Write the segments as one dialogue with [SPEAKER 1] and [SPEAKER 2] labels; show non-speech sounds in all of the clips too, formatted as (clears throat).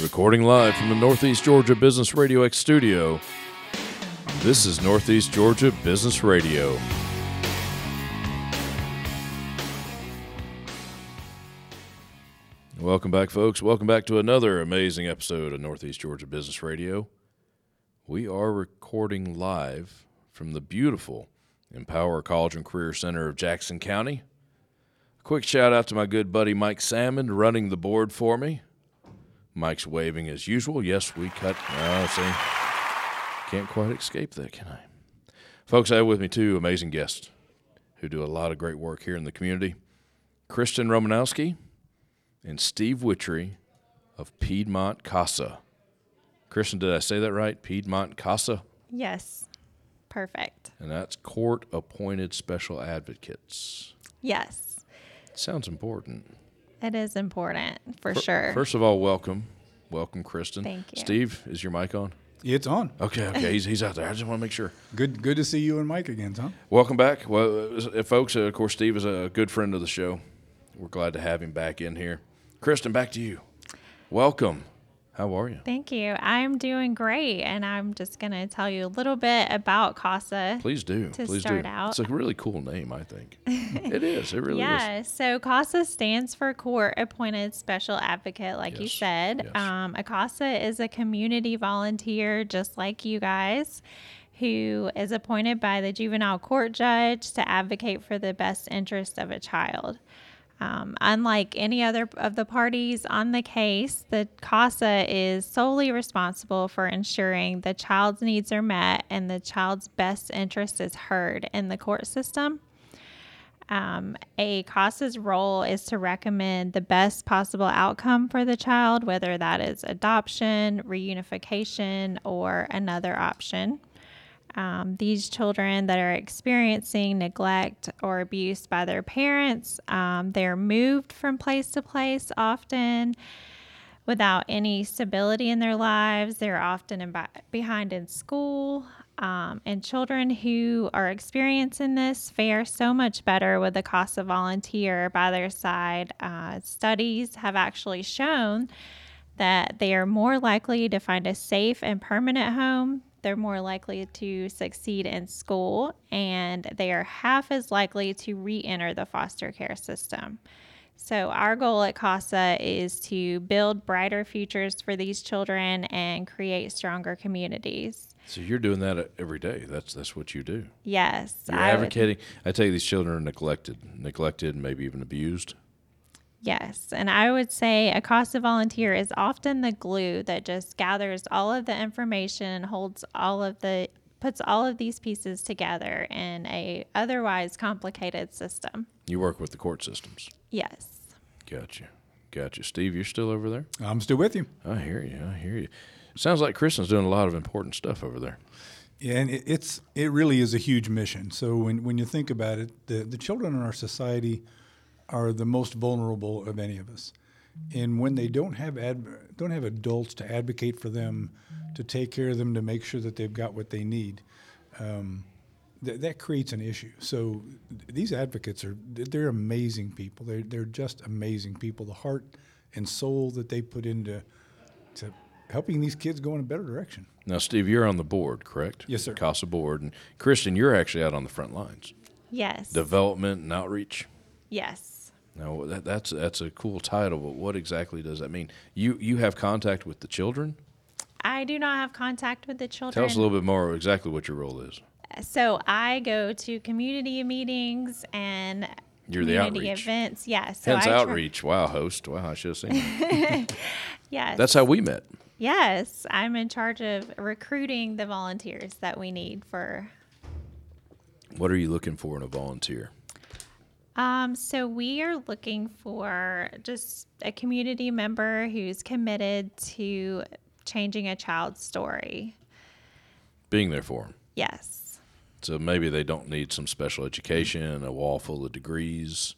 [SPEAKER 1] Recording live from the Northeast Georgia Business Radio X studio, this is Northeast Georgia Business Radio. Welcome back, folks. Welcome back to another amazing episode of Northeast Georgia Business Radio. We are recording live from the beautiful Empower College and Career Center of Jackson County. A quick shout out to my good buddy Mike Salmon running the board for me. Mike's waving as usual. Yes, we cut. Oh, see, can't quite escape that, can I? Folks, I have with me two amazing guests who do a lot of great work here in the community Kristen Romanowski and Steve Witchery of Piedmont Casa. Kristen, did I say that right? Piedmont Casa?
[SPEAKER 2] Yes. Perfect.
[SPEAKER 1] And that's court appointed special advocates.
[SPEAKER 2] Yes.
[SPEAKER 1] Sounds important.
[SPEAKER 2] It is important for sure.
[SPEAKER 1] First of all, welcome. Welcome, Kristen.
[SPEAKER 2] Thank you.
[SPEAKER 1] Steve, is your mic on?
[SPEAKER 3] It's on.
[SPEAKER 1] Okay, okay, he's, he's out there. I just want to make sure.
[SPEAKER 3] Good good to see you and Mike again, Tom.
[SPEAKER 1] Welcome back. Well, uh, folks, uh, of course, Steve is a good friend of the show. We're glad to have him back in here. Kristen, back to you. Welcome. How are you?
[SPEAKER 2] Thank you. I'm doing great. And I'm just going to tell you a little bit about CASA.
[SPEAKER 1] Please do.
[SPEAKER 2] To
[SPEAKER 1] Please
[SPEAKER 2] start
[SPEAKER 1] do.
[SPEAKER 2] out-
[SPEAKER 1] It's a really cool name, I think.
[SPEAKER 2] (laughs)
[SPEAKER 1] it is. It really is.
[SPEAKER 2] Yeah. So CASA stands for Court Appointed Special Advocate, like you
[SPEAKER 1] Yes,
[SPEAKER 2] said.
[SPEAKER 1] yes.
[SPEAKER 2] Um, a CASA is a community volunteer, just like you guys, who is appointed by the juvenile court judge to advocate for the best interest of a child. Um, unlike any other of the parties on the case, the CASA is solely responsible for ensuring the child's needs are met and the child's best interest is heard in the court system. Um, a CASA's role is to recommend the best possible outcome for the child, whether that is adoption, reunification, or another option. Um, these children that are experiencing neglect or abuse by their parents, um, they're moved from place to place often without any stability in their lives. They're often in, behind in school. Um, and children who are experiencing this fare so much better with the cost of volunteer by their side. Uh, studies have actually shown that they are more likely to find a safe and permanent home. They're more likely to succeed in school, and they are half as likely to re enter the foster care system. So, our goal at CASA is to build brighter futures for these children and create stronger communities.
[SPEAKER 1] So you're doing that uh, every day. That's that's what you do.
[SPEAKER 2] Yes.
[SPEAKER 1] You're
[SPEAKER 2] I would-
[SPEAKER 1] advocating. I tell you, these children are neglected, neglected, and maybe even abused.
[SPEAKER 2] Yes, and I would say a CASA volunteer is often the glue that just gathers all of the information, holds all of the puts all of these pieces together in a otherwise complicated system.
[SPEAKER 1] You work with the court systems.
[SPEAKER 2] Yes.
[SPEAKER 1] Gotcha. Gotcha. Steve, you're still over there?
[SPEAKER 3] I'm still with you.
[SPEAKER 1] I hear you. I hear you. Sounds like Kristen's doing a lot of important stuff over there.
[SPEAKER 3] Yeah, and it, it's it really is a huge mission. So when, when you think about it, the, the children in our society are the most vulnerable of any of us. And when they don't have ad, don't have adults to advocate for them, to take care of them, to make sure that they've got what they need, um, that, that creates an issue. So th- these advocates are th- they're amazing people. They're they're just amazing people. The heart and soul that they put into to helping these kids go in a better direction.
[SPEAKER 1] Now, Steve, you're on the board, correct?
[SPEAKER 3] Yes, sir.
[SPEAKER 1] CASA board. And Kristen, you're actually out on the front lines
[SPEAKER 2] Yes.
[SPEAKER 1] development and outreach.
[SPEAKER 2] yes.
[SPEAKER 1] Now, that, that's, that's a cool title, but what exactly does that mean? You, you have contact with the children?
[SPEAKER 2] I do not have contact with the children.
[SPEAKER 1] Tell us a little bit more exactly what your role is.
[SPEAKER 2] So I go to community meetings and
[SPEAKER 1] You're the
[SPEAKER 2] community
[SPEAKER 1] outreach.
[SPEAKER 2] events. Yes. so
[SPEAKER 1] Hence
[SPEAKER 2] I try-
[SPEAKER 1] outreach. Wow, host. Wow, I should have seen that.
[SPEAKER 2] Yes.
[SPEAKER 1] That's how we met.
[SPEAKER 2] Yes, I'm in charge of recruiting the volunteers that we need for.
[SPEAKER 1] What are you looking for in a volunteer?
[SPEAKER 2] Um, so we are looking for just a community member who's committed to changing a child's story.
[SPEAKER 1] Being there for them.
[SPEAKER 2] Yes,
[SPEAKER 1] So maybe they don't need some special education, a wall full of degrees.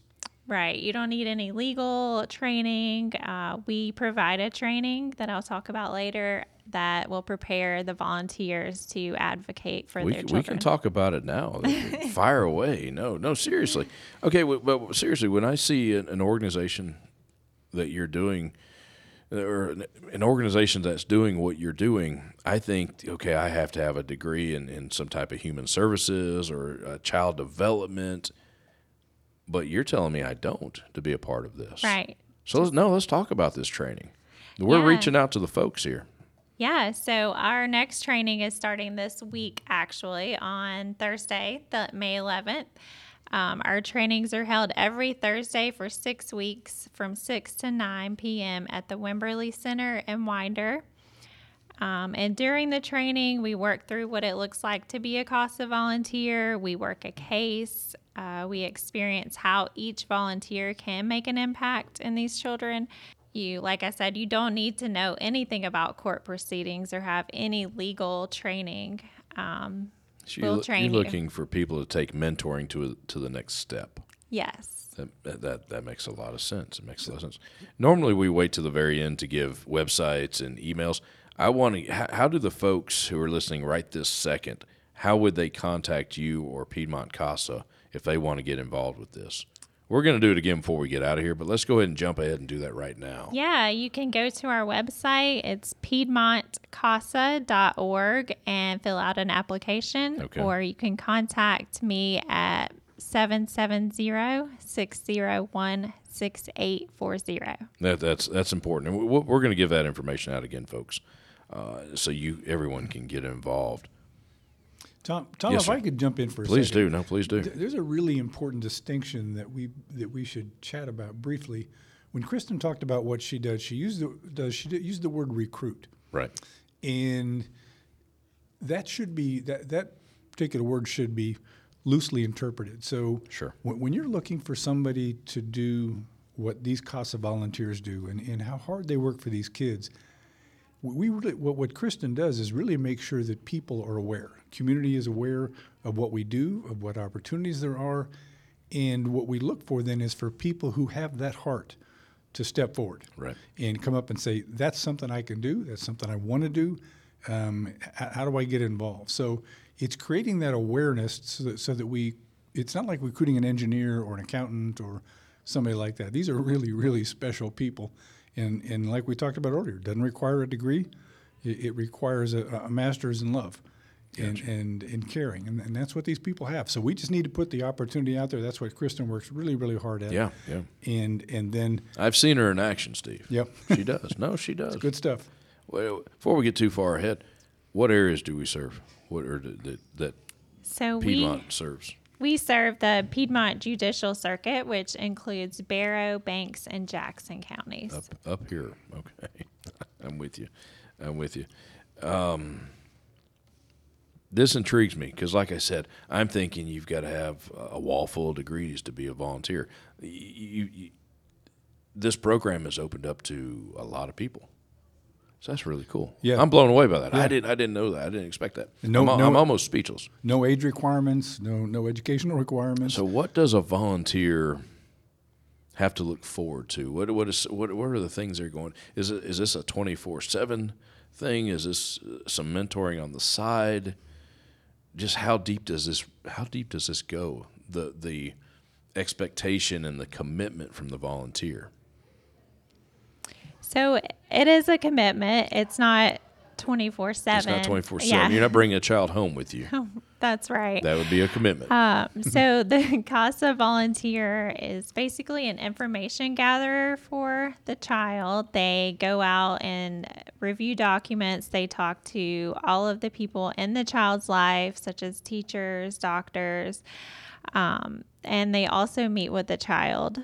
[SPEAKER 2] right. You don't need any legal training. Uh, we provide a training that I'll talk about later that will prepare the volunteers to advocate for
[SPEAKER 1] We,
[SPEAKER 2] their
[SPEAKER 1] we
[SPEAKER 2] children.
[SPEAKER 1] can talk about it now.
[SPEAKER 2] (laughs)
[SPEAKER 1] Fire away. No, no, seriously. Okay, w- but seriously, when I see an, an organization that you're doing or an- an organization that's doing what you're doing, I think, okay, I have to have a degree in, in some type of human services or uh, child development. But you're telling me I don't to be a part of this.
[SPEAKER 2] Right.
[SPEAKER 1] So let's, no, let's talk about this training. We're
[SPEAKER 2] Yeah.
[SPEAKER 1] reaching out to the folks here.
[SPEAKER 2] Yeah, so our next training is starting this week, actually, on Thursday, the May 11th. Um, our trainings are held every Thursday for six weeks from 6 to 9 p.m. at the Wimberley Center in Winder. Um, and during the training, we work through what it looks like to be a CASA volunteer. We work a case. Uh, we experience how each volunteer can make an impact in these children. You, like I said, you don't need to know anything about court proceedings or have any legal training. Um,
[SPEAKER 1] So
[SPEAKER 2] We'll
[SPEAKER 1] you're, loo-
[SPEAKER 2] train
[SPEAKER 1] you're
[SPEAKER 2] you.
[SPEAKER 1] looking for people to take mentoring to to the next step.
[SPEAKER 2] yes.
[SPEAKER 1] That, that- that that makes a lot of sense. It makes a lot of sense. Normally, we wait to the very end to give websites and emails. I want to. How, how do the folks who are listening right this second? How would they contact you or Piedmont Casa if they want to get involved with this? We're going to do it again before we get out of here, but let's go ahead and jump ahead and do that right now.
[SPEAKER 2] Yeah, you can go to our website. It's piedmontcasa.org and fill out an application.
[SPEAKER 1] Okay.
[SPEAKER 2] Or you can contact me at 770-601-6840.
[SPEAKER 1] That, that's that's important, and we- we're going to give that information out again, folks, uh, so you everyone can get involved.
[SPEAKER 3] Tom, Tom,
[SPEAKER 1] Yes,
[SPEAKER 3] if
[SPEAKER 1] sir.
[SPEAKER 3] I could jump in for a
[SPEAKER 1] Please
[SPEAKER 3] second.
[SPEAKER 1] do. No, please do.
[SPEAKER 3] Th- There's a really important distinction that we that we should chat about briefly. When Kristen talked about what she does, she used the does she did- used the word recruit,
[SPEAKER 1] Right.
[SPEAKER 3] and that should be that that particular word should be loosely interpreted. So
[SPEAKER 1] Sure.
[SPEAKER 3] when, when you're looking for somebody to do what these CASA volunteers do and, and how hard they work for these kids, we really, what, what Kristen does is really make sure that people are aware. Community is aware of what we do, of what opportunities there are. And what we look for then is for people who have that heart to step forward
[SPEAKER 1] Right.
[SPEAKER 3] and come up and say, that's something I can do, that's something I want to do. Um, h- how do I get involved? So it's creating that awareness so that, so that we, it's not like recruiting an engineer or an accountant or somebody like that. These are really, really special people. And, and like we talked about earlier, doesn't require a degree. It, it requires a, a master's in love and, and, and caring. And, and that's what these people have. So we just need to put the opportunity out there. That's what Kristen works really, really hard at.
[SPEAKER 1] Yeah. Yeah.
[SPEAKER 3] And, and then,
[SPEAKER 1] I've seen her in action, Steve.
[SPEAKER 3] Yep.
[SPEAKER 1] she does. No, she does.
[SPEAKER 3] good stuff.
[SPEAKER 1] Well, before we get too far ahead, what areas do we serve? What are the, that that
[SPEAKER 2] So
[SPEAKER 1] Piedmont serves?
[SPEAKER 2] we we serve the Piedmont Judicial Circuit, which includes Barrow, Banks, and Jackson counties.
[SPEAKER 1] Up, up here. Okay, (laughs) I'm with you. I'm with you. Um, this intrigues me because, like I said, I'm thinking you've got to have a wall full of degrees to be a volunteer. You, you, you, this program is opened up to a lot of people. So that's really cool.
[SPEAKER 3] Yeah.
[SPEAKER 1] I'm blown away by that. I
[SPEAKER 3] Yeah.
[SPEAKER 1] didn't. I didn't know that. I didn't expect that.
[SPEAKER 3] No-
[SPEAKER 1] I'm, al-
[SPEAKER 3] no-
[SPEAKER 1] I'm almost speechless.
[SPEAKER 3] No age requirements, no no educational requirements.
[SPEAKER 1] So, what does a volunteer have to look forward to? What what is what what are the things they're going? Is it, is this a twenty four seven thing? Is this uh, some mentoring on the side? Just how deep does this how deep does this go? The the expectation and the commitment from the volunteer.
[SPEAKER 2] So it is a commitment. It's not 24/7.
[SPEAKER 1] It's not twenty four seven. You're not bringing a child home with you.
[SPEAKER 2] (laughs) That's right.
[SPEAKER 1] That would be a commitment. Mm-hmm.
[SPEAKER 2] Um, so the (laughs) CASA volunteer is basically an information gatherer for the child. They go out and review documents. They talk to all of the people in the child's life, such as teachers, doctors, um, and they also meet with the child.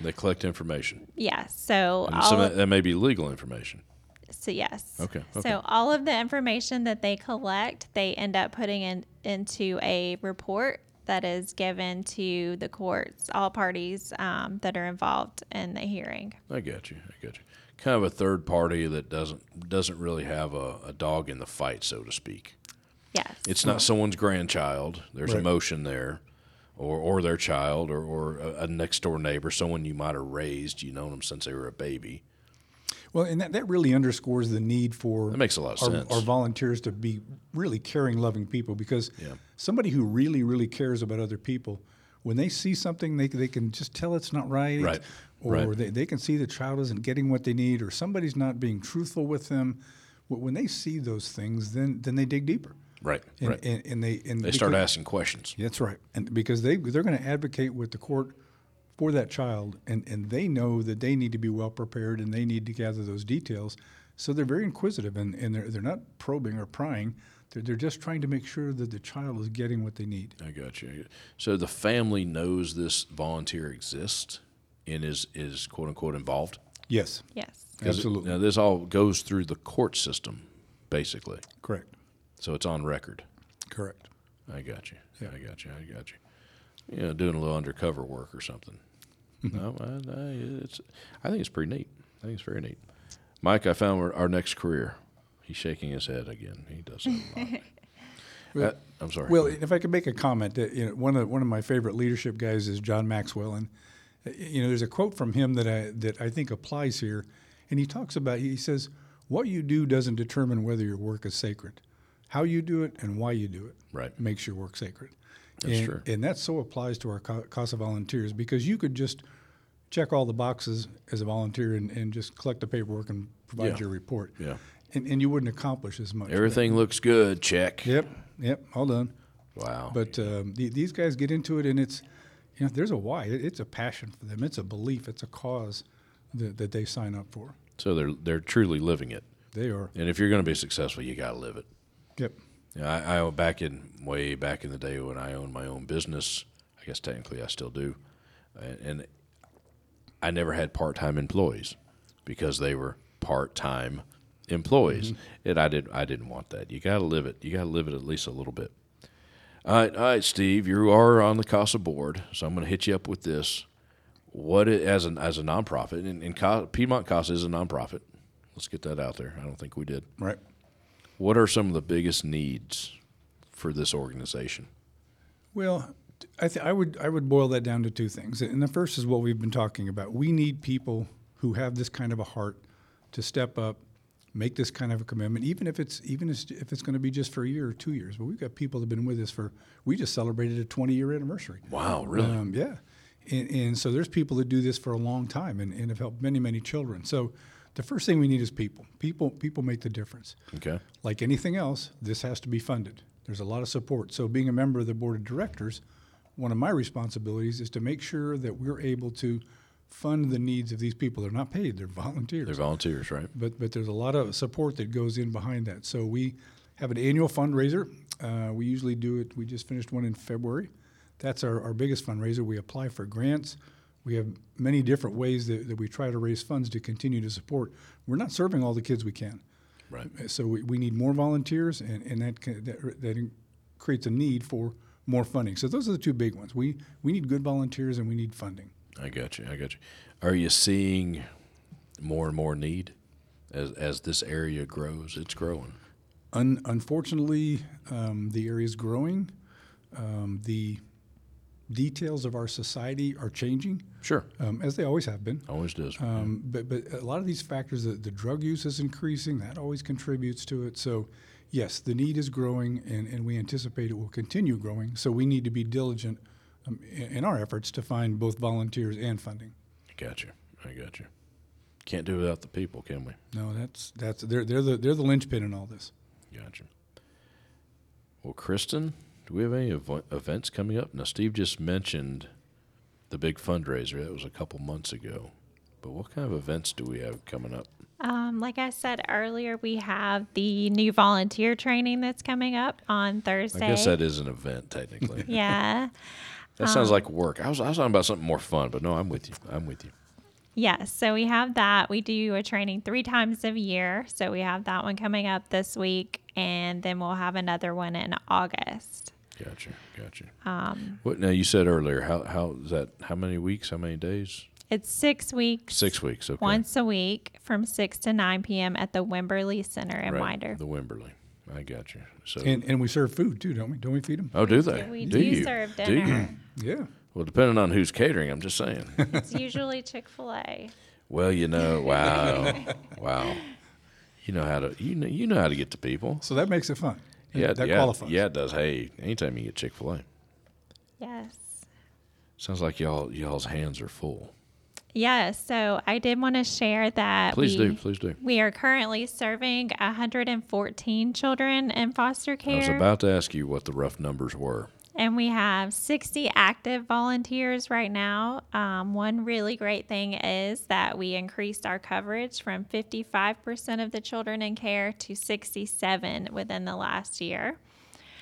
[SPEAKER 1] they collect information.
[SPEAKER 2] Yes. So
[SPEAKER 1] And
[SPEAKER 2] all
[SPEAKER 1] some
[SPEAKER 2] of-
[SPEAKER 1] of that- that may be legal information.
[SPEAKER 2] so yes.
[SPEAKER 1] Okay, okay.
[SPEAKER 2] So all of the information that they collect, they end up putting in into a report that is given to the courts, all parties um, that are involved in the hearing.
[SPEAKER 1] I got you. I got you. Kind of a third party that doesn't doesn't really have a, a dog in the fight, so to speak.
[SPEAKER 2] Yes.
[SPEAKER 1] It's not someone's grandchild. There's
[SPEAKER 3] Right.
[SPEAKER 1] emotion there, or or their child, or or a, a next door neighbor, someone you might have raised. You known them since they were a baby.
[SPEAKER 3] Well, and that, that really underscores the need for
[SPEAKER 1] That makes a lot of
[SPEAKER 3] our,
[SPEAKER 1] sense.
[SPEAKER 3] our volunteers to be really caring, loving people because
[SPEAKER 1] Yeah.
[SPEAKER 3] somebody who really, really cares about other people when they see something, they, they can just tell it's not right.
[SPEAKER 1] Right.
[SPEAKER 3] Or
[SPEAKER 1] Right.
[SPEAKER 3] They, they can see the child isn't getting what they need or somebody's not being truthful with them. Wh- When they see those things, then, then they dig deeper.
[SPEAKER 1] Right.
[SPEAKER 3] And,
[SPEAKER 1] right.
[SPEAKER 3] and, and they and
[SPEAKER 1] they start
[SPEAKER 3] because-
[SPEAKER 1] asking questions.
[SPEAKER 3] That's right. And because they they're going to advocate with the court for that child, and and they know that they need to be well prepared and they need to gather those details. So they're very inquisitive and, and they're they're not probing or prying. They're, they're just trying to make sure that the child is getting what they need.
[SPEAKER 1] I got you. So the family knows this volunteer exists and is is quote unquote involved.
[SPEAKER 3] Yes,
[SPEAKER 2] Yes.
[SPEAKER 1] 'Cause it-
[SPEAKER 3] Absolutely.
[SPEAKER 1] now this all goes through the court system, basically.
[SPEAKER 3] correct,
[SPEAKER 1] So it's on record.
[SPEAKER 3] correct.
[SPEAKER 1] I got you. I got you. I got you. You know, doing a little undercover work or
[SPEAKER 3] (laughs)
[SPEAKER 1] something. no, I, I, it's, I think it's pretty neat. I think it's very neat. Mike, I found our, our next career. He's shaking his head again. He does that a lot.
[SPEAKER 3] Well-
[SPEAKER 1] Uh, I'm sorry.
[SPEAKER 3] Well, if I could make a comment, uh, you know, one of one of my favorite leadership guys is John Maxwell, and uh, you know, there's a quote from him that I that I think applies here, and he talks about he says, "What you do doesn't determine whether your work is sacred. How you do it and why you do it
[SPEAKER 1] Right.
[SPEAKER 3] makes your work sacred."
[SPEAKER 1] That's
[SPEAKER 3] and,
[SPEAKER 1] true.
[SPEAKER 3] and that so applies to our Co- CASA volunteers because you could just check all the boxes as a volunteer and, and just collect the paperwork and provide
[SPEAKER 1] Yeah.
[SPEAKER 3] your report.
[SPEAKER 1] Yeah.
[SPEAKER 3] And, and you wouldn't accomplish as much.
[SPEAKER 1] Everything looks good. Check.
[SPEAKER 3] Yep. Yep. All done.
[SPEAKER 1] Wow.
[SPEAKER 3] But um, the, these guys get into it, and it's you know there's a why. It, it's a passion for them. It's a belief. It's a cause that, that they sign up for.
[SPEAKER 1] so they're they're truly living it.
[SPEAKER 3] They are.
[SPEAKER 1] And if you're going to be successful, you got to live it.
[SPEAKER 3] Yep.
[SPEAKER 1] Yeah, I, I back in way back in the day when I owned my own business. I guess technically I still do, and, and I never had part-time employees because they were part-time employees, and I did I didn't want that. You got to live it. You got to live it at least a little bit. All right, all right, Steve, you are on the CASA board, so I'm going to hit you up with this. What i- as an as a nonprofit, and, and Ca- Piedmont CASA is a nonprofit. Let's get that out there. I don't think we did.
[SPEAKER 3] Right.
[SPEAKER 1] What are some of the biggest needs for this organization?
[SPEAKER 3] Well, t- I, th- I would I would boil that down to two things, and the first is what we've been talking about. We need people who have this kind of a heart to step up, make this kind of a commitment, even if it's even if it's- if it's going to be just for a year or two years. But we've got people that have been with us for. We just celebrated a 20 year anniversary.
[SPEAKER 1] Wow, really?
[SPEAKER 3] Um, yeah. And, and so there's people that do this for a long time and, and have helped many, many children. So the first thing we need is people. People people make the difference.
[SPEAKER 1] okay.
[SPEAKER 3] Like anything else, this has to be funded. There's a lot of support. So being a member of the board of directors, one of my responsibilities is to make sure that we're able to fund the needs of these people. They're not paid, they're volunteers
[SPEAKER 1] They're volunteers, right?
[SPEAKER 3] but but there's a lot of support that goes in behind that. So we have an annual fundraiser. Uh, we usually do it. We just finished one in February. That's our, our biggest fundraiser. We apply for grants. We have many different ways that, that we try to raise funds to continue to support. We're not serving all the kids we can.
[SPEAKER 1] Right.
[SPEAKER 3] So we, we need more volunteers, and, and that, ca- that that creates a need for more funding. So those are the two big ones. We we need good volunteers, and we need funding.
[SPEAKER 1] I got you. I got you. Are you seeing more and more need as as this area grows? It's growing.
[SPEAKER 3] Un- unfortunately, um, the area is growing. Um, the details of our society are changing,
[SPEAKER 1] Sure. Uh,
[SPEAKER 3] um, as they always have been.
[SPEAKER 1] Always does.
[SPEAKER 3] Um, but, but a lot of these factors, the, the drug use is increasing, that always contributes to it. So, yes, the need is growing, and, and we anticipate it will continue growing. So, we need to be diligent um, in, in our efforts to find both volunteers and funding.
[SPEAKER 1] I got you. I got you. Can't do without the people, can we?
[SPEAKER 3] No, that's, that's they're, they're, the, they're the linchpin in all this.
[SPEAKER 1] Gotcha. Well, Kristen, do we have any ev- events coming up? Now, Steve just mentioned the big fundraiser. That was a couple months ago. But what kind of events do we have coming up?
[SPEAKER 2] Um, like I said earlier, we have the new volunteer training that's coming up on
[SPEAKER 1] I
[SPEAKER 2] Thursday.
[SPEAKER 1] guess that is an event technically.
[SPEAKER 2] (laughs) yeah.
[SPEAKER 1] that sounds
[SPEAKER 2] Um,
[SPEAKER 1] like work. I was I was talking about something more fun, but no, I'm with you. I'm with you.
[SPEAKER 2] Yes, so we have that. We do a training three times a year. So we have that one coming up this week, and then we'll have another one in August.
[SPEAKER 1] Gotcha, gotcha. Um, what now? You said earlier how how is that? How many weeks? How many days?
[SPEAKER 2] It's six weeks,
[SPEAKER 1] Six weeks. Okay.
[SPEAKER 2] once a week from 6 to 9 p.m. at the Wimberley Center in
[SPEAKER 1] Right,
[SPEAKER 2] Winder.
[SPEAKER 1] The Wimberley. I got you. So
[SPEAKER 3] And, and we serve food too, don't we? Don't we feed them?
[SPEAKER 1] oh, do they?
[SPEAKER 2] We
[SPEAKER 1] do
[SPEAKER 2] do
[SPEAKER 1] you?
[SPEAKER 2] serve
[SPEAKER 1] Do you?
[SPEAKER 2] dinner.
[SPEAKER 3] Yeah.
[SPEAKER 1] (clears throat) Well, depending on who's catering, I'm just
[SPEAKER 3] (laughs)
[SPEAKER 1] saying.
[SPEAKER 2] It's usually Chick fil A.
[SPEAKER 1] well, you
[SPEAKER 2] (laughs)
[SPEAKER 1] know, wow, wow. You know how to you know you know how to get to people.
[SPEAKER 3] So that makes it fun.
[SPEAKER 1] Yeah,
[SPEAKER 3] that
[SPEAKER 1] yeah,
[SPEAKER 3] qualifies.
[SPEAKER 1] Yeah, it does. Hey, anytime you get Chick Fil A.
[SPEAKER 2] Yes.
[SPEAKER 1] Sounds like y'all y'all's hands are full.
[SPEAKER 2] Yeah, so I did want to share that.
[SPEAKER 1] Please
[SPEAKER 2] we,
[SPEAKER 1] do, please do.
[SPEAKER 2] We are currently serving 114 children in foster
[SPEAKER 1] I was
[SPEAKER 2] care,
[SPEAKER 1] about to ask you what the rough numbers were.
[SPEAKER 2] and we have 60 active volunteers right now. Um, one really great thing is that we increased our coverage from 55% of the children in care to 67 within the last year.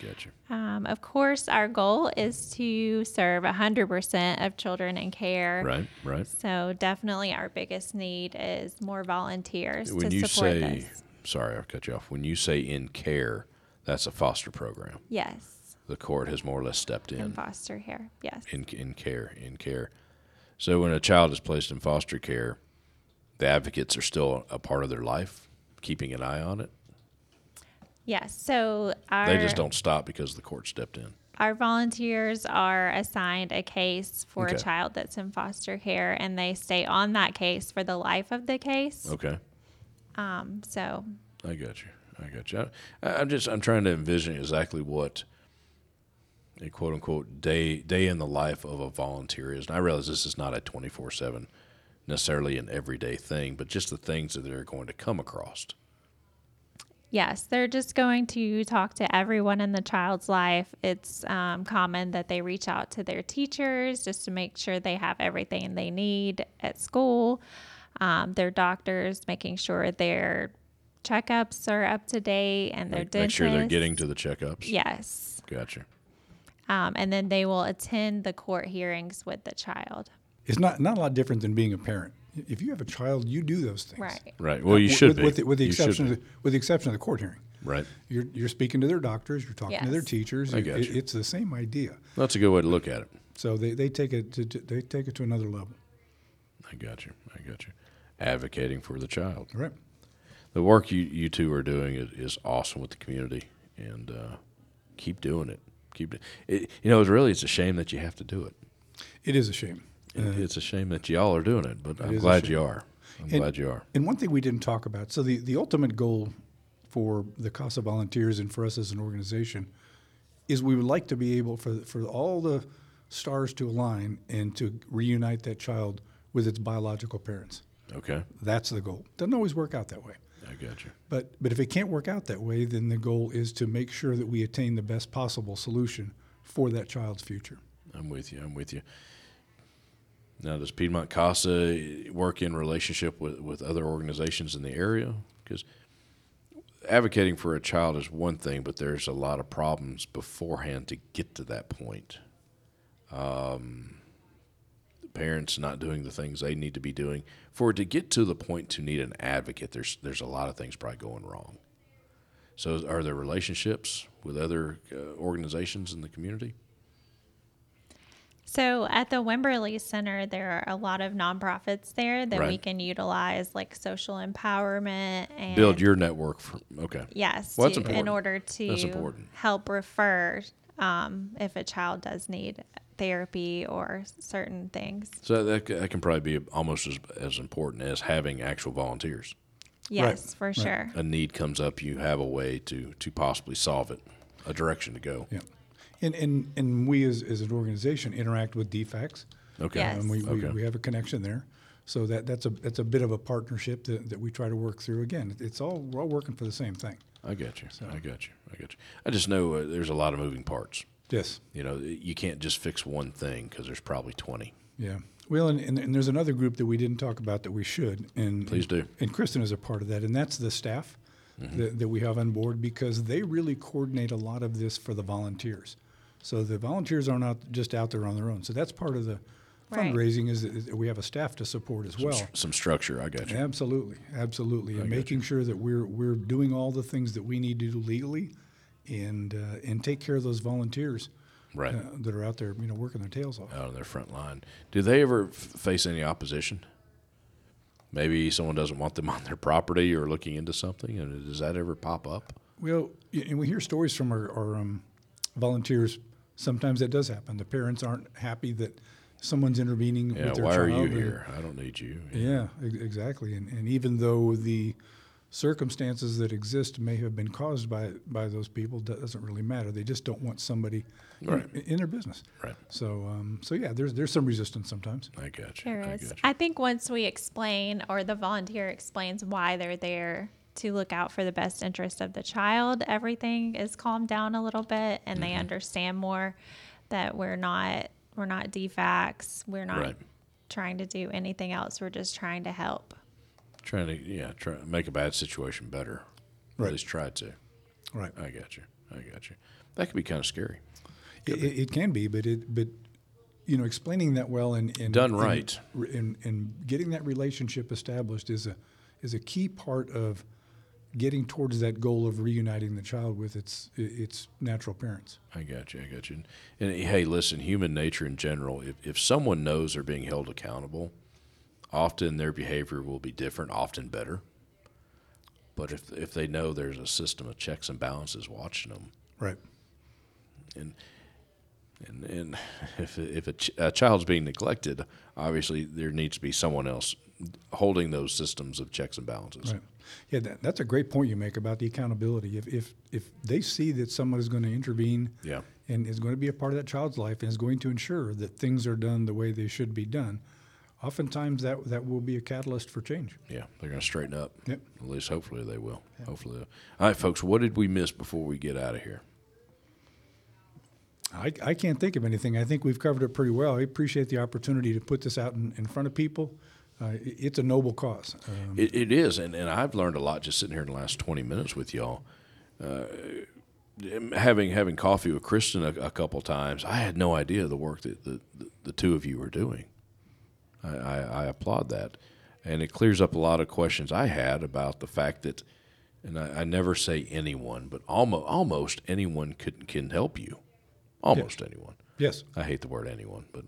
[SPEAKER 1] Gotcha.
[SPEAKER 2] Um, of course, our goal is to serve 100% of children in care.
[SPEAKER 1] Right, right.
[SPEAKER 2] So definitely, our biggest need is more volunteers
[SPEAKER 1] When
[SPEAKER 2] to
[SPEAKER 1] you
[SPEAKER 2] support
[SPEAKER 1] say,
[SPEAKER 2] this.
[SPEAKER 1] sorry, I've cut you off. When you say in care, that's a foster program.
[SPEAKER 2] Yes,
[SPEAKER 1] The court has more or less stepped
[SPEAKER 2] and
[SPEAKER 1] in
[SPEAKER 2] foster care. Yes,
[SPEAKER 1] in in care in care. So when a child is placed in foster care, the advocates are still a part of their life, keeping an eye on it.
[SPEAKER 2] yes. So our
[SPEAKER 1] They just don't stop because the court stepped in.
[SPEAKER 2] our volunteers are assigned a case for
[SPEAKER 1] Okay.
[SPEAKER 2] a child that's in foster care, and they stay on that case for the life of the case.
[SPEAKER 1] Okay. Oh.
[SPEAKER 2] Um, so
[SPEAKER 1] I got you. I got you. I, I'm just I'm trying to envision exactly what a quote unquote day day in the life of a volunteer is. And I realize this is not a 24 seven necessarily an everyday thing, but just the things that they're going to come across.
[SPEAKER 2] Yes, they're just going to talk to everyone in the child's life. It's um, common that they reach out to their teachers just to make sure they have everything they need at school, um, their doctors, making sure their checkups are up to date and their
[SPEAKER 1] Make,
[SPEAKER 2] dentist.
[SPEAKER 1] make sure they're getting to the checkups.
[SPEAKER 2] Yes.
[SPEAKER 1] Gotcha.
[SPEAKER 2] Um, and then they will attend the court hearings with the child.
[SPEAKER 3] It's not not a lot different than being a parent. If you have a child, you do those things.
[SPEAKER 2] Right.
[SPEAKER 1] Right. Well, you
[SPEAKER 3] With-
[SPEAKER 1] should
[SPEAKER 3] Uh, with,
[SPEAKER 1] be.
[SPEAKER 3] With the, with the
[SPEAKER 1] You should
[SPEAKER 3] exception
[SPEAKER 1] be.
[SPEAKER 3] of the, with the exception of the court hearing.
[SPEAKER 1] right.
[SPEAKER 3] You're, you're speaking to their doctors. You're talking to their
[SPEAKER 2] Yes.
[SPEAKER 3] teachers.
[SPEAKER 1] I
[SPEAKER 3] you-
[SPEAKER 1] got
[SPEAKER 3] it-
[SPEAKER 1] you.
[SPEAKER 3] It's the same idea.
[SPEAKER 1] That's a good way to look at it.
[SPEAKER 3] So they, they take it to, to they take it to another level.
[SPEAKER 1] I got you. I got you. Advocating for the child.
[SPEAKER 3] All right.
[SPEAKER 1] the work you, you two are doing is, is awesome with the community and uh, keep doing it keep it, it you know it's really it's a shame that you have to do it
[SPEAKER 3] It is a shame.
[SPEAKER 1] It- it's a shame that y'all are doing it but i'm
[SPEAKER 3] is a
[SPEAKER 1] glad
[SPEAKER 3] shame.
[SPEAKER 1] you are i'm
[SPEAKER 3] And-
[SPEAKER 1] glad you are
[SPEAKER 3] And one thing we didn't talk about so the, the ultimate goal for the CASA volunteers and for us as an organization is we would like to be able for, for all the stars to align and to reunite that child with its biological parents.
[SPEAKER 1] okay
[SPEAKER 3] That's the goal. Doesn't always work out that way.
[SPEAKER 1] i got you
[SPEAKER 3] But, but if it can't work out that way, then the goal is to make sure that we attain the best possible solution for that child's future.
[SPEAKER 1] i'm with you i'm with you now does piedmont casa work in relationship with, with other organizations in the area because advocating for a child is one thing but there's a lot of problems beforehand to get to that point Um, parents not doing the things they need to be doing for it to get to the point to need an advocate there's there's a lot of things probably going wrong so are there relationships with other uh, organizations in the community
[SPEAKER 2] So at the Wimberley Center, there are a lot of nonprofits there that we
[SPEAKER 1] Right.
[SPEAKER 2] can utilize, like social empowerment and
[SPEAKER 1] build your network for okay
[SPEAKER 2] Yes.
[SPEAKER 1] Well, that's
[SPEAKER 2] to-
[SPEAKER 1] important.
[SPEAKER 2] In order to
[SPEAKER 1] That's important.
[SPEAKER 2] help refer um, if a child does need therapy or certain things.
[SPEAKER 1] so that, c- that can probably be almost as, as important as having actual volunteers
[SPEAKER 2] Yes, for
[SPEAKER 3] right.
[SPEAKER 2] sure.
[SPEAKER 1] a need comes up you have a way to to possibly solve it a direction to go
[SPEAKER 3] Yeah. And, and, and we as, as an organization interact with DFACs.
[SPEAKER 1] okay
[SPEAKER 2] Yes.
[SPEAKER 3] And we, we,
[SPEAKER 1] Okay.
[SPEAKER 3] we have a connection there. So that, that's a, that's a bit of a partnership that, that we try to work through. Again, it's all, we're all working for the same thing.
[SPEAKER 1] i got you i got you i got you i just know uh, there's a lot of moving parts
[SPEAKER 3] Yes.
[SPEAKER 1] you know you can't just fix one thing because there's probably 20
[SPEAKER 3] Yeah. Well, and, and, and there's another group that we didn't talk about that we should. And
[SPEAKER 1] Please do. Mm-hmm.
[SPEAKER 3] And Kristen is a part of that, and that's the staff that, that we have on board because they really coordinate a lot of this for the volunteers. So the volunteers are not just out there on their own. So that's part of the
[SPEAKER 2] Right.
[SPEAKER 3] fundraising is that- that we have a staff to support as well.
[SPEAKER 1] S- some structure. I got you.
[SPEAKER 3] Absolutely, absolutely, and making sure that we're we're doing all the things that we need to do legally, and uh, and take care of those volunteers
[SPEAKER 1] Right.
[SPEAKER 3] uh, that are out there, you know, working their tails off.
[SPEAKER 1] Out on their front line. Do they ever f- face any opposition? Maybe someone doesn't want them (laughs) on their property or looking into something, and does that ever pop up?
[SPEAKER 3] Well, y- and we hear stories from our, our um, volunteers. Sometimes that does happen. The parents aren't happy that someone's intervening
[SPEAKER 1] Yeah,
[SPEAKER 3] with their
[SPEAKER 1] why
[SPEAKER 3] child.
[SPEAKER 1] are you
[SPEAKER 3] and-
[SPEAKER 1] here? I don't need you.
[SPEAKER 3] Yeah, ex- exactly. And, and even though the circumstances that exist may have been caused by by those people doesn't really matter. They just don't want somebody in-
[SPEAKER 1] Right.
[SPEAKER 3] in, their business.
[SPEAKER 1] Right.
[SPEAKER 3] So um, so yeah, there's there's some resistance sometimes.
[SPEAKER 1] I got you.
[SPEAKER 2] There
[SPEAKER 1] I
[SPEAKER 2] is.
[SPEAKER 1] got you.
[SPEAKER 2] I think once we explain or the volunteer explains why they're there to look out for the best interest of the child, everything is calmed down a little bit and they understand more that we're not we're not defects, we're not
[SPEAKER 1] Right.
[SPEAKER 2] trying to do anything else. We're just trying to help.
[SPEAKER 1] Trying to yeah, try make a bad situation better. Or At
[SPEAKER 3] Right.
[SPEAKER 1] least try to.
[SPEAKER 3] Right.
[SPEAKER 1] I got you. I got you. That could be kind of scary.
[SPEAKER 3] It, it, it can be, but it but you know explaining that well and, and
[SPEAKER 1] Done
[SPEAKER 3] and-
[SPEAKER 1] right.
[SPEAKER 3] and and getting that relationship established is a is a key part of getting towards that goal of reuniting the child with its its natural parents.
[SPEAKER 1] I got you. I got you. And, and hey, listen, human nature in general, if, if someone knows they're being held accountable, often their behavior will be different, often better. But if, if they know there's a system of checks and balances watching them,
[SPEAKER 3] Right.
[SPEAKER 1] and and, and (laughs) if, if a, ch- a child's being neglected, obviously there needs to be someone else holding those systems of checks and balances.
[SPEAKER 3] Right. Yeah, that, that's a great point you make about the accountability. If if if they see that someone is going to intervene,
[SPEAKER 1] Yeah.
[SPEAKER 3] and is going to be a part of that child's life and is going to ensure that things are done the way they should be done, oftentimes that that will be a catalyst for change.
[SPEAKER 1] Yeah, they're going to straighten up.
[SPEAKER 3] Yep.
[SPEAKER 1] At least hopefully they will. Hopefully. they'll- All right, folks, what did we miss before we get out of here?
[SPEAKER 3] I, I can't think of anything. I think we've covered it pretty well. I appreciate the opportunity to put this out in, in front of people. Uh, it- it's a noble cause. Um,
[SPEAKER 1] It, it is, and, and I've learned a lot just sitting here in the last twenty minutes with y'all. Uh, having having coffee with Kristen a, a couple times, I had no idea the work that the, the, the two of you were doing. I, I, I applaud that, and it clears up a lot of questions I had about the fact that, and I, I never say anyone, but almost almost anyone could can help you, almost anyone.
[SPEAKER 3] yes.
[SPEAKER 1] I hate the word anyone, but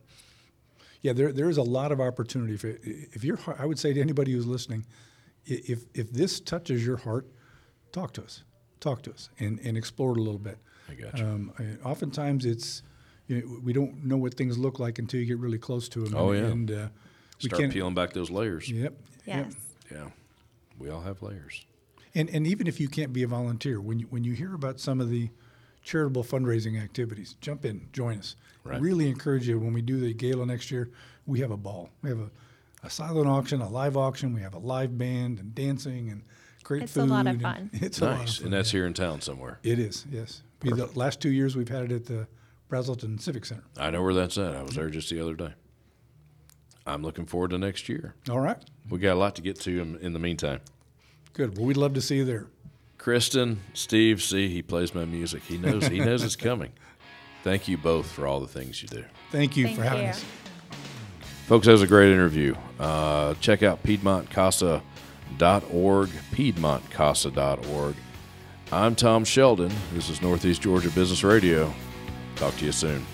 [SPEAKER 3] Yeah, there, there is a lot of opportunity. If, if you're, I would say to anybody who's listening, i- if, if this touches your heart, talk to us. Talk to us and, and explore it a little bit.
[SPEAKER 1] I gotcha.
[SPEAKER 3] Um, I- oftentimes it's, you know, we don't know what things look like until you get really close to them.
[SPEAKER 1] Oh,
[SPEAKER 3] and,
[SPEAKER 1] yeah.
[SPEAKER 3] And uh, we
[SPEAKER 1] start
[SPEAKER 3] can't.
[SPEAKER 1] peeling back those layers.
[SPEAKER 3] Yep.
[SPEAKER 2] Yes.
[SPEAKER 3] Yep.
[SPEAKER 1] yeah, we all have layers.
[SPEAKER 3] And, and even if you can't be a volunteer, when you, when you hear about some of the charitable fundraising activities, jump in, join us.
[SPEAKER 1] Right.
[SPEAKER 3] Really encourage you when we do the gala next year, we have a ball. We have a, a silent auction, a live auction, we have a live band and dancing and great
[SPEAKER 2] It's
[SPEAKER 3] food.
[SPEAKER 2] a lot of
[SPEAKER 3] and
[SPEAKER 2] fun.
[SPEAKER 3] It's a lot of
[SPEAKER 1] Nice,
[SPEAKER 3] fun.
[SPEAKER 1] and that's here in town somewhere.
[SPEAKER 3] It is, yes. Be The last two years we've had it at the Brazelton Civic Center.
[SPEAKER 1] I know where that's at. I was there just the other day. I'm looking forward to next year.
[SPEAKER 3] All right.
[SPEAKER 1] We got a lot to get to in, in the meantime.
[SPEAKER 3] Good. Well, we'd love to see you there.
[SPEAKER 1] Kristen, Steve, see, he plays my music. He knows he knows it's coming. Thank you both for all the things you do.
[SPEAKER 3] Thank you
[SPEAKER 2] Thank
[SPEAKER 3] for having
[SPEAKER 2] you.
[SPEAKER 3] us.
[SPEAKER 1] Folks, that was a great interview. Uh, check out PiedmontCasa.org, PiedmontCasa.org. I'm Tom Sheldon. This is Northeast Georgia Business Radio. Talk to you soon.